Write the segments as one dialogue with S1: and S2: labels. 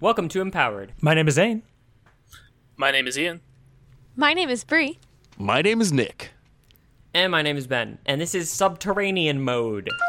S1: Welcome to Empowered.
S2: My name is Zane.
S3: My name is Ian.
S4: My name is Bree.
S5: My name is Nick.
S1: And my name is Ben. And this is Subterranean Mode.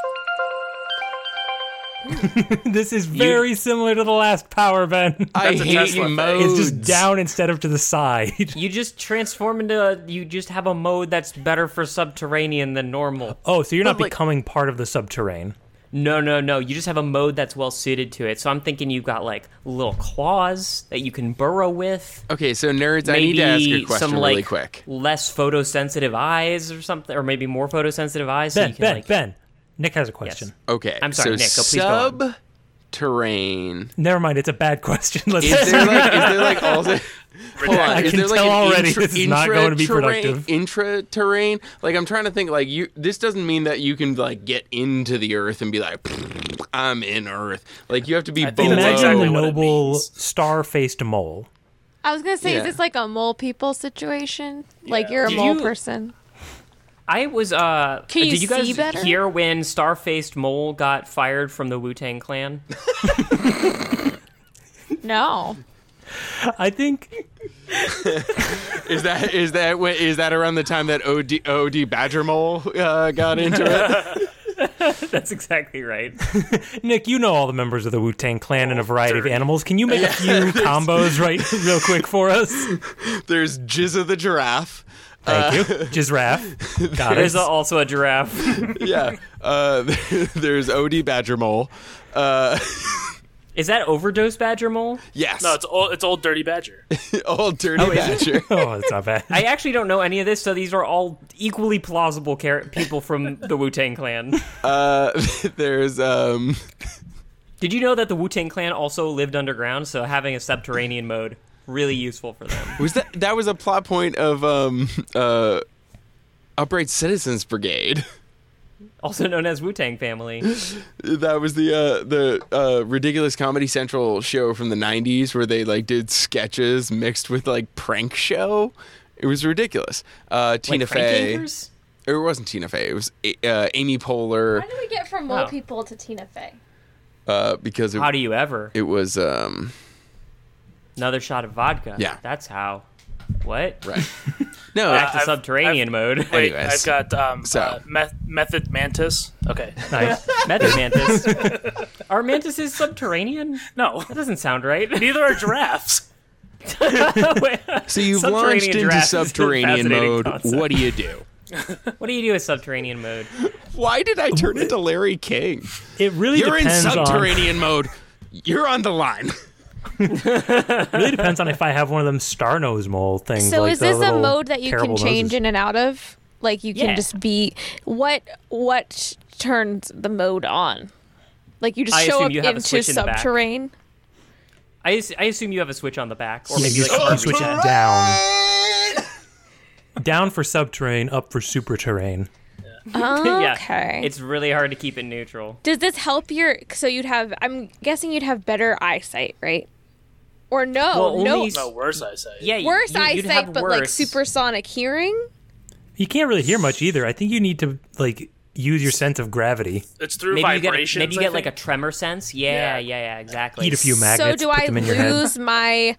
S2: This is very similar to the last power Ben.
S5: I
S3: That's a
S5: hate
S3: Tesla thing.
S5: modes.
S2: It's just down instead of to the side.
S1: You just transform into, a, you just have a mode that's better for subterranean than normal.
S2: Oh, so you're not
S3: But, like-
S2: becoming part of the subterranean.
S1: No, no, no. You just have a mode that's well suited to it. So I'm thinking you've got like little claws that you can burrow with.
S5: Okay, so nerds, I need
S1: Maybe
S5: to ask you a question
S1: some like
S5: really quick.
S1: less photosensitive eyes or something, or maybe more photosensitive eyes. so
S2: Ben,
S1: you can
S2: Ben,
S1: like
S2: Ben. Nick has a question.
S5: Okay,
S1: I'm sorry, Nick,
S5: so
S1: oh, please go
S5: sub terrain.
S2: Never mind, it's a bad question. Let's
S5: Is there like is there like also Hold on.
S2: I
S5: is
S2: can
S5: there like
S2: tell
S5: an
S2: already
S5: intra,
S2: this is not going to be
S5: intra-terrain-
S2: productive.
S5: Intra-terrain? Like I'm trying to think like you this doesn't mean that you can like get into the earth and be like I'm in earth. Like you have to be below.
S3: think that's
S2: Imagine
S3: exactly
S2: the
S3: what it
S2: noble
S3: means.
S2: star-faced mole.
S4: I was gonna say,
S5: Yeah.
S4: is this like a mole people situation? Like
S3: Yeah.
S4: you're a
S3: Do
S4: mole
S1: you-
S4: person.
S1: I was. uh
S4: Can you
S1: Did you guys
S4: see better?
S1: hear when Starfaced Mole got fired from the Wu Tang Clan?
S4: No.
S2: I think
S5: Is that is that wh- is that around the time that OD OD Badger Mole uh, got into it?
S1: That's exactly right.
S2: Nick, you know all the members of the Wu Tang Clan and a variety of
S3: dirty.
S2: animals. Can you make a few combos right real quick for us?
S5: There's Jizza the giraffe.
S2: Thank you, Giraffe. Got
S1: There's a,
S2: it.
S1: also a giraffe.
S5: Yeah. Uh, there's OD Badger Mole. Uh,
S1: Is that overdose badger mole?
S5: yes.
S3: No, it's old. It's old Dirty Badger.
S5: old dirty badger.
S2: Oh, that's not bad.
S1: I actually don't know any of this, so these are all equally plausible char- people from the Wu Tang Clan.
S5: Uh, there's um.
S1: Did you know that the Wu Tang Clan also lived underground? So having a subterranean mode really useful for them.
S5: Was that that was a plot point of um uh, Upright Citizens Brigade.
S1: Also known as Wu Tang Family.
S5: That was the uh, the uh, ridiculous Comedy Central show from the '90s where they like did sketches mixed with like prank show. It was ridiculous. Uh, Tina
S1: Frank
S5: Fey.
S1: Angers?
S5: It wasn't Tina Fey. It was uh, Amy Poehler
S6: How did we get from mole
S1: Oh.
S6: people to Tina Fey?
S5: uh, because it,
S1: How do you ever?
S5: it was um
S1: Another shot of vodka.
S5: Yeah.
S1: That's how. What?
S5: right. No,
S1: Back to
S3: I've-
S1: subterranean mode.
S3: Wait,
S5: Anyways.
S3: I've got um,
S5: So.
S3: uh, meth- Method Mantis. Okay,
S2: nice.
S1: Method mantis. Are mantises subterranean?
S3: no,
S1: That doesn't sound right.
S3: neither are giraffes.
S5: so
S1: subterranean
S5: you've launched into
S1: giraffe is a
S5: subterranean
S1: fascinating
S5: mode.
S1: concept.
S5: What do you do?
S1: What do you do with subterranean mode?
S5: Why did I turn into Larry King?
S2: It really
S5: You're in
S2: depends on.
S5: subterranean mode. You're on the line.
S2: really depends on if I have one of them star nose mole things.
S4: So
S2: like
S4: is
S2: the
S4: this a
S2: little
S4: mode that you can
S2: terrible
S4: change
S2: noses.
S4: in and out of? Like you can
S1: Yeah.
S4: just be what what turns the mode on? Like you just
S1: I
S4: show
S1: assume
S4: up
S1: you have a
S4: into
S1: switch in the back.
S4: subterranean.
S1: I, as- I assume you have a switch on the back, or
S2: Yeah,
S1: maybe
S2: you
S1: like
S2: s-
S1: a
S2: switch it down, down for subterranean, up for super terrain.
S1: yeah.
S4: Okay.
S1: It's really hard to keep it neutral.
S4: Does this help your? So you'd have. I'm guessing you'd have better eyesight, right? Or no,
S1: Well,
S4: no.
S1: only-
S3: No, worse I say.
S1: Yeah, you-
S4: Worse
S1: you, you'd have
S4: eyesight, but like
S1: worse.
S4: supersonic hearing.
S2: You can't really hear much either. I think you need to like use your sense of gravity.
S3: it's through
S1: Maybe you get,
S3: vibrations.
S1: maybe you
S3: I
S1: get like a
S3: think.
S1: tremor sense. Yeah, yeah,
S3: Yeah.
S1: yeah, exactly.
S2: Eat a few
S4: so
S2: magnets.
S4: do
S2: put
S4: I
S2: them in your head.
S4: lose my?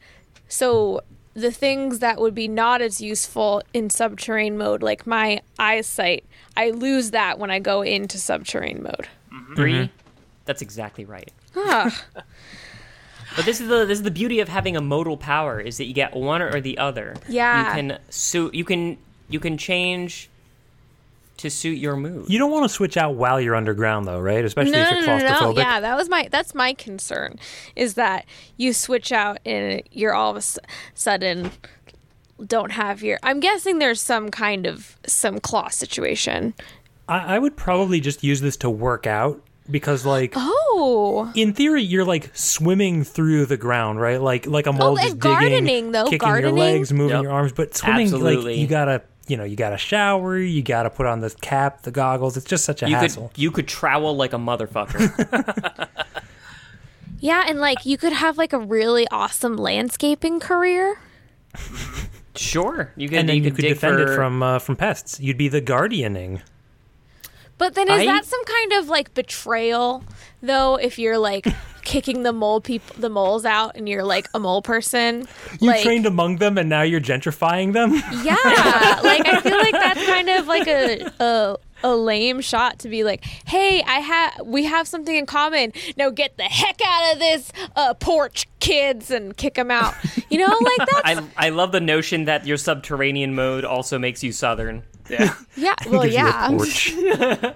S4: So the things that would be not as useful in subterranean mode, like my eyesight, I lose that when I go into subterranean mode.
S1: 3 That's exactly right.
S4: Ah,
S1: But this is the this is the beauty of having a modal power is that you get one or the other.
S4: Yeah.
S1: You can suit you can you can change to suit your mood.
S2: You don't want to switch out while you're underground, though, right? Especially
S4: no,
S2: if
S4: no,
S2: you're
S4: no, no,
S2: claustrophobic.
S4: no. Yeah, that was my. That's my concern, is that you switch out and you're all of a s- sudden don't have your. I'm guessing there's some kind of some claw situation.
S2: I, I would probably just use this to work out because, like,
S4: Oh,
S2: in theory, you're like swimming through the ground, right? Like, like a mole
S4: Oh, and
S2: just digging,
S4: gardening, though,
S2: kicking
S4: gardening.
S2: your legs, moving
S1: Yep.
S2: your arms. But swimming,
S1: Absolutely.
S2: like, you gotta, you know, you gotta shower, you gotta put on the cap, the goggles. It's just such a
S1: You
S2: hassle.
S1: could you could trowel like a motherfucker.
S4: yeah, and like you could have like a really awesome landscaping career.
S1: sure. You could
S2: and then you,
S1: could,
S2: could
S1: dig
S2: defend
S1: for,
S2: it from uh, from pests. You'd be the guardianing.
S4: But then is
S1: I-
S4: that some kind of like betrayal though if you're like kicking the mole people, the moles out, and you're like a mole person.
S2: You
S4: like,
S2: trained among them, and now you're gentrifying them.
S4: Yeah, like I feel like that's kind of like a a, a lame shot to be like, hey, I have we have something in common. Now get the heck out of this uh, porch, kids, and kick them out. You know, like that's
S1: I, I love the notion that your subterranean mode also makes you southern.
S3: Yeah.
S4: yeah. Well,
S2: Gives you a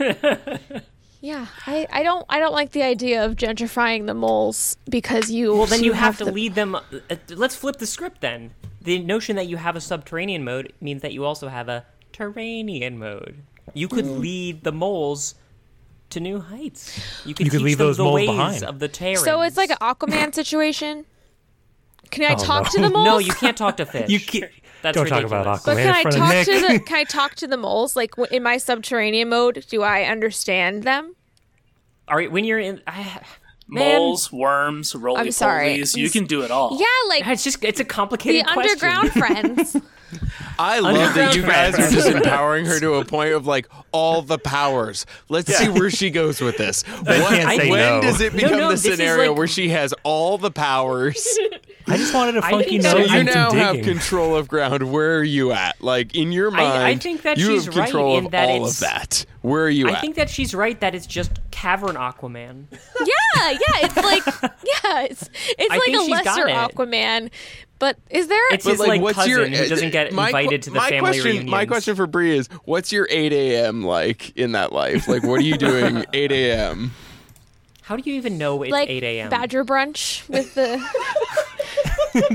S4: yeah,
S2: porch.
S4: yeah. I, I don't I don't like the idea of gentrifying the moles because you
S1: Well, then you have, to
S4: the-
S1: lead them. uh, uh, let's flip the script then. The notion that you have a subterranean mode means that you also have a terranian mode. You could
S4: Mm.
S1: lead the moles to new heights. You could,
S2: You could
S1: teach
S2: leave
S1: them
S2: those
S1: the
S2: moles
S1: ways
S2: behind.
S1: of the terrans.
S4: So it's like an Aquaman situation. Can I
S2: Oh,
S4: talk
S2: no.
S4: to the moles?
S1: no, you can't talk to fish.
S2: You can't,
S1: That's
S2: don't talk
S1: ridiculous.
S2: about
S4: But
S2: Aquaman in
S4: can I
S2: front
S4: talk
S2: of
S4: to
S2: Nick.
S4: the can I talk to the moles? Like w- in my subterranean mode, do I understand them?
S1: All right, when you're in, I, man,
S3: Moles, worms, roly
S4: I'm sorry.
S3: polies. You can do it all.
S4: Yeah, like
S1: it's just it's a
S4: the
S1: complicated question.
S4: underground friends.
S5: I love that
S1: Underground
S5: you guys are just
S1: friends.
S5: empowering her to a point of like all the powers. Let's see where she goes with this. What-
S2: can't say
S5: when
S2: no.
S5: does it become
S1: no,
S5: the
S1: this is
S5: scenario
S1: like-
S5: where she has all the powers?
S2: I just wanted a funky
S1: think
S2: nose
S1: that-
S5: So
S1: I
S5: you
S2: and
S5: now
S2: some
S5: have
S2: digging.
S5: control of ground. Where are you at? Like in your
S1: I
S5: mind,
S1: think that
S5: you
S1: she's
S5: have
S1: right
S5: control
S1: in
S5: of
S1: that
S5: all of
S1: it's-
S5: that. Where are you
S1: I
S5: at?
S1: think that she's right that it's just cavern Aquaman.
S4: yeah, yeah. It's like yeah, it's it's
S1: I
S4: like
S1: think
S4: a
S1: she's got
S4: lesser
S1: it.
S4: Aquaman. But is there
S1: It's
S5: But,
S1: his like, cousin
S5: uh,
S1: who doesn't get
S5: my que-
S1: invited to the
S5: my
S1: family
S5: question, My
S1: reunions.
S5: question for Bree is, what's your 8 a.m. like in that life? Like, what are you doing 8 a.m.?
S1: How do you even know it's
S4: like
S1: 8 a.m.?
S4: badger brunch with the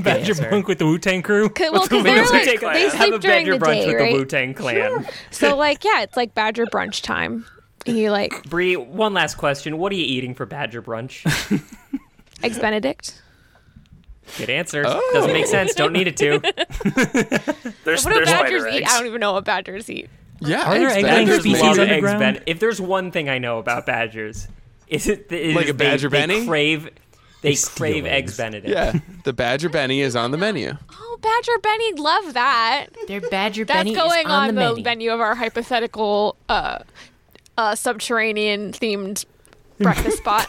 S2: Badger
S1: answer.
S2: Monk with the Wu Tang crew.
S4: cause, well, 'cause
S1: Maybe
S4: they're
S1: we
S4: like-
S1: take
S4: they
S1: a-
S4: sleep
S1: have a
S4: during
S1: Badger
S4: the
S1: brunch
S4: day,
S1: with
S4: right?
S1: the Wu Tang Clan.
S4: So like yeah, it's like badger brunch time. And you like
S1: Bree, one last question: What are you eating for Badger brunch?
S4: eggs Benedict.
S1: Good answer.
S5: Oh.
S1: Doesn't make sense. Don't need it to.
S3: There's,
S4: What do
S3: there's
S4: badgers
S3: spider
S4: eat?
S3: eggs.
S4: I don't even know what badgers eat.
S5: Yeah,
S2: Are there
S5: eggs,
S2: egg
S5: badgers,
S2: laying
S1: Badgers
S2: species
S1: love
S5: maybe.
S1: eggs.
S2: underground?
S1: Ben. If there's one thing I know about badgers, is it is
S5: Like a
S1: they-
S5: badger
S1: they,
S5: Benny?
S1: crave they,
S2: steal
S1: crave eggs.
S2: eggs.
S1: Benedict.
S5: Yeah, the Badger Benny is on the menu.
S4: Oh, Badger Benny, love that.
S1: Their badger
S4: That's
S1: Benny is
S4: going on,
S1: on
S4: the
S1: menu.
S4: menu of our hypothetical uh, uh, subterranean themed breakfast spot.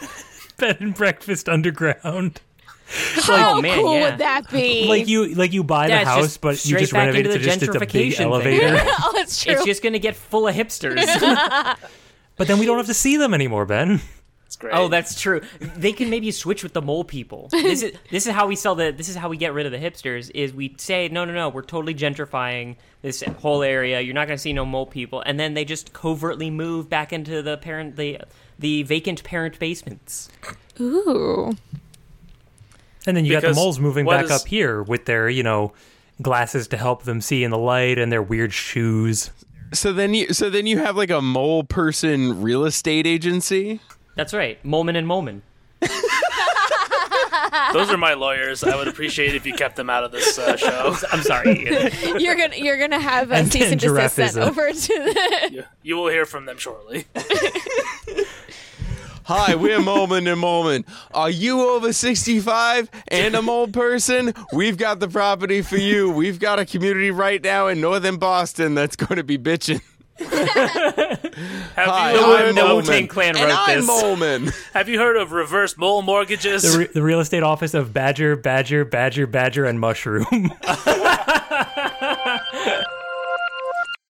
S2: Bed and breakfast underground.
S4: How
S1: oh, man,
S4: cool
S1: yeah.
S4: would that be?
S2: Like you, like you buy
S1: Yeah,
S2: the
S1: it's
S2: house,
S1: just
S2: but you
S1: straight
S2: just
S1: back
S2: renovate it
S1: into
S2: to
S1: the
S2: just it's a
S1: gentrification
S2: big
S1: thing.
S2: elevator.
S4: oh, it's true.
S1: It's just gonna get full of hipsters.
S2: but then we don't have to see them anymore, Ben.
S3: It's great.
S1: oh, that's true. They can maybe switch with the mole people. This is this is how we sell the. This is how we get rid of the hipsters. Is we say no, no, no. We're totally gentrifying this whole area. You're not gonna see no mole people, and then they just covertly move back into the parent the the vacant parent basements.
S4: Ooh.
S2: And then you got the
S3: Because
S2: moles moving
S3: what
S2: back
S3: is-
S2: up here with their, you know, glasses to help them see in the light and their weird shoes.
S5: So then you, so then you have like a mole person real estate agency.
S1: That's right, Moleman and Moleman.
S3: Those are my lawyers. I would appreciate if you kept them out of this uh, show.
S1: I'm sorry. Ian.
S4: You're gonna you're gonna have a
S2: And
S4: cease and desist sent
S2: giraffe-ism.
S4: over to the
S3: You will hear from them shortly.
S5: Hi, we're Moment and Moment. Are you over 65 and a mole person? We've got the property for you. We've got a community right now in northern Boston that's going to be bitching.
S3: Have
S5: Hi,
S3: you heard,
S5: I'm
S1: the
S5: Moment.
S1: Wu-Tang Clan
S5: and
S1: wrote
S5: I'm
S1: this.
S5: Moment.
S3: have you heard of reverse mole mortgages?
S2: The, re- the real estate office of Badger, Badger, Badger, Badger, and Mushroom.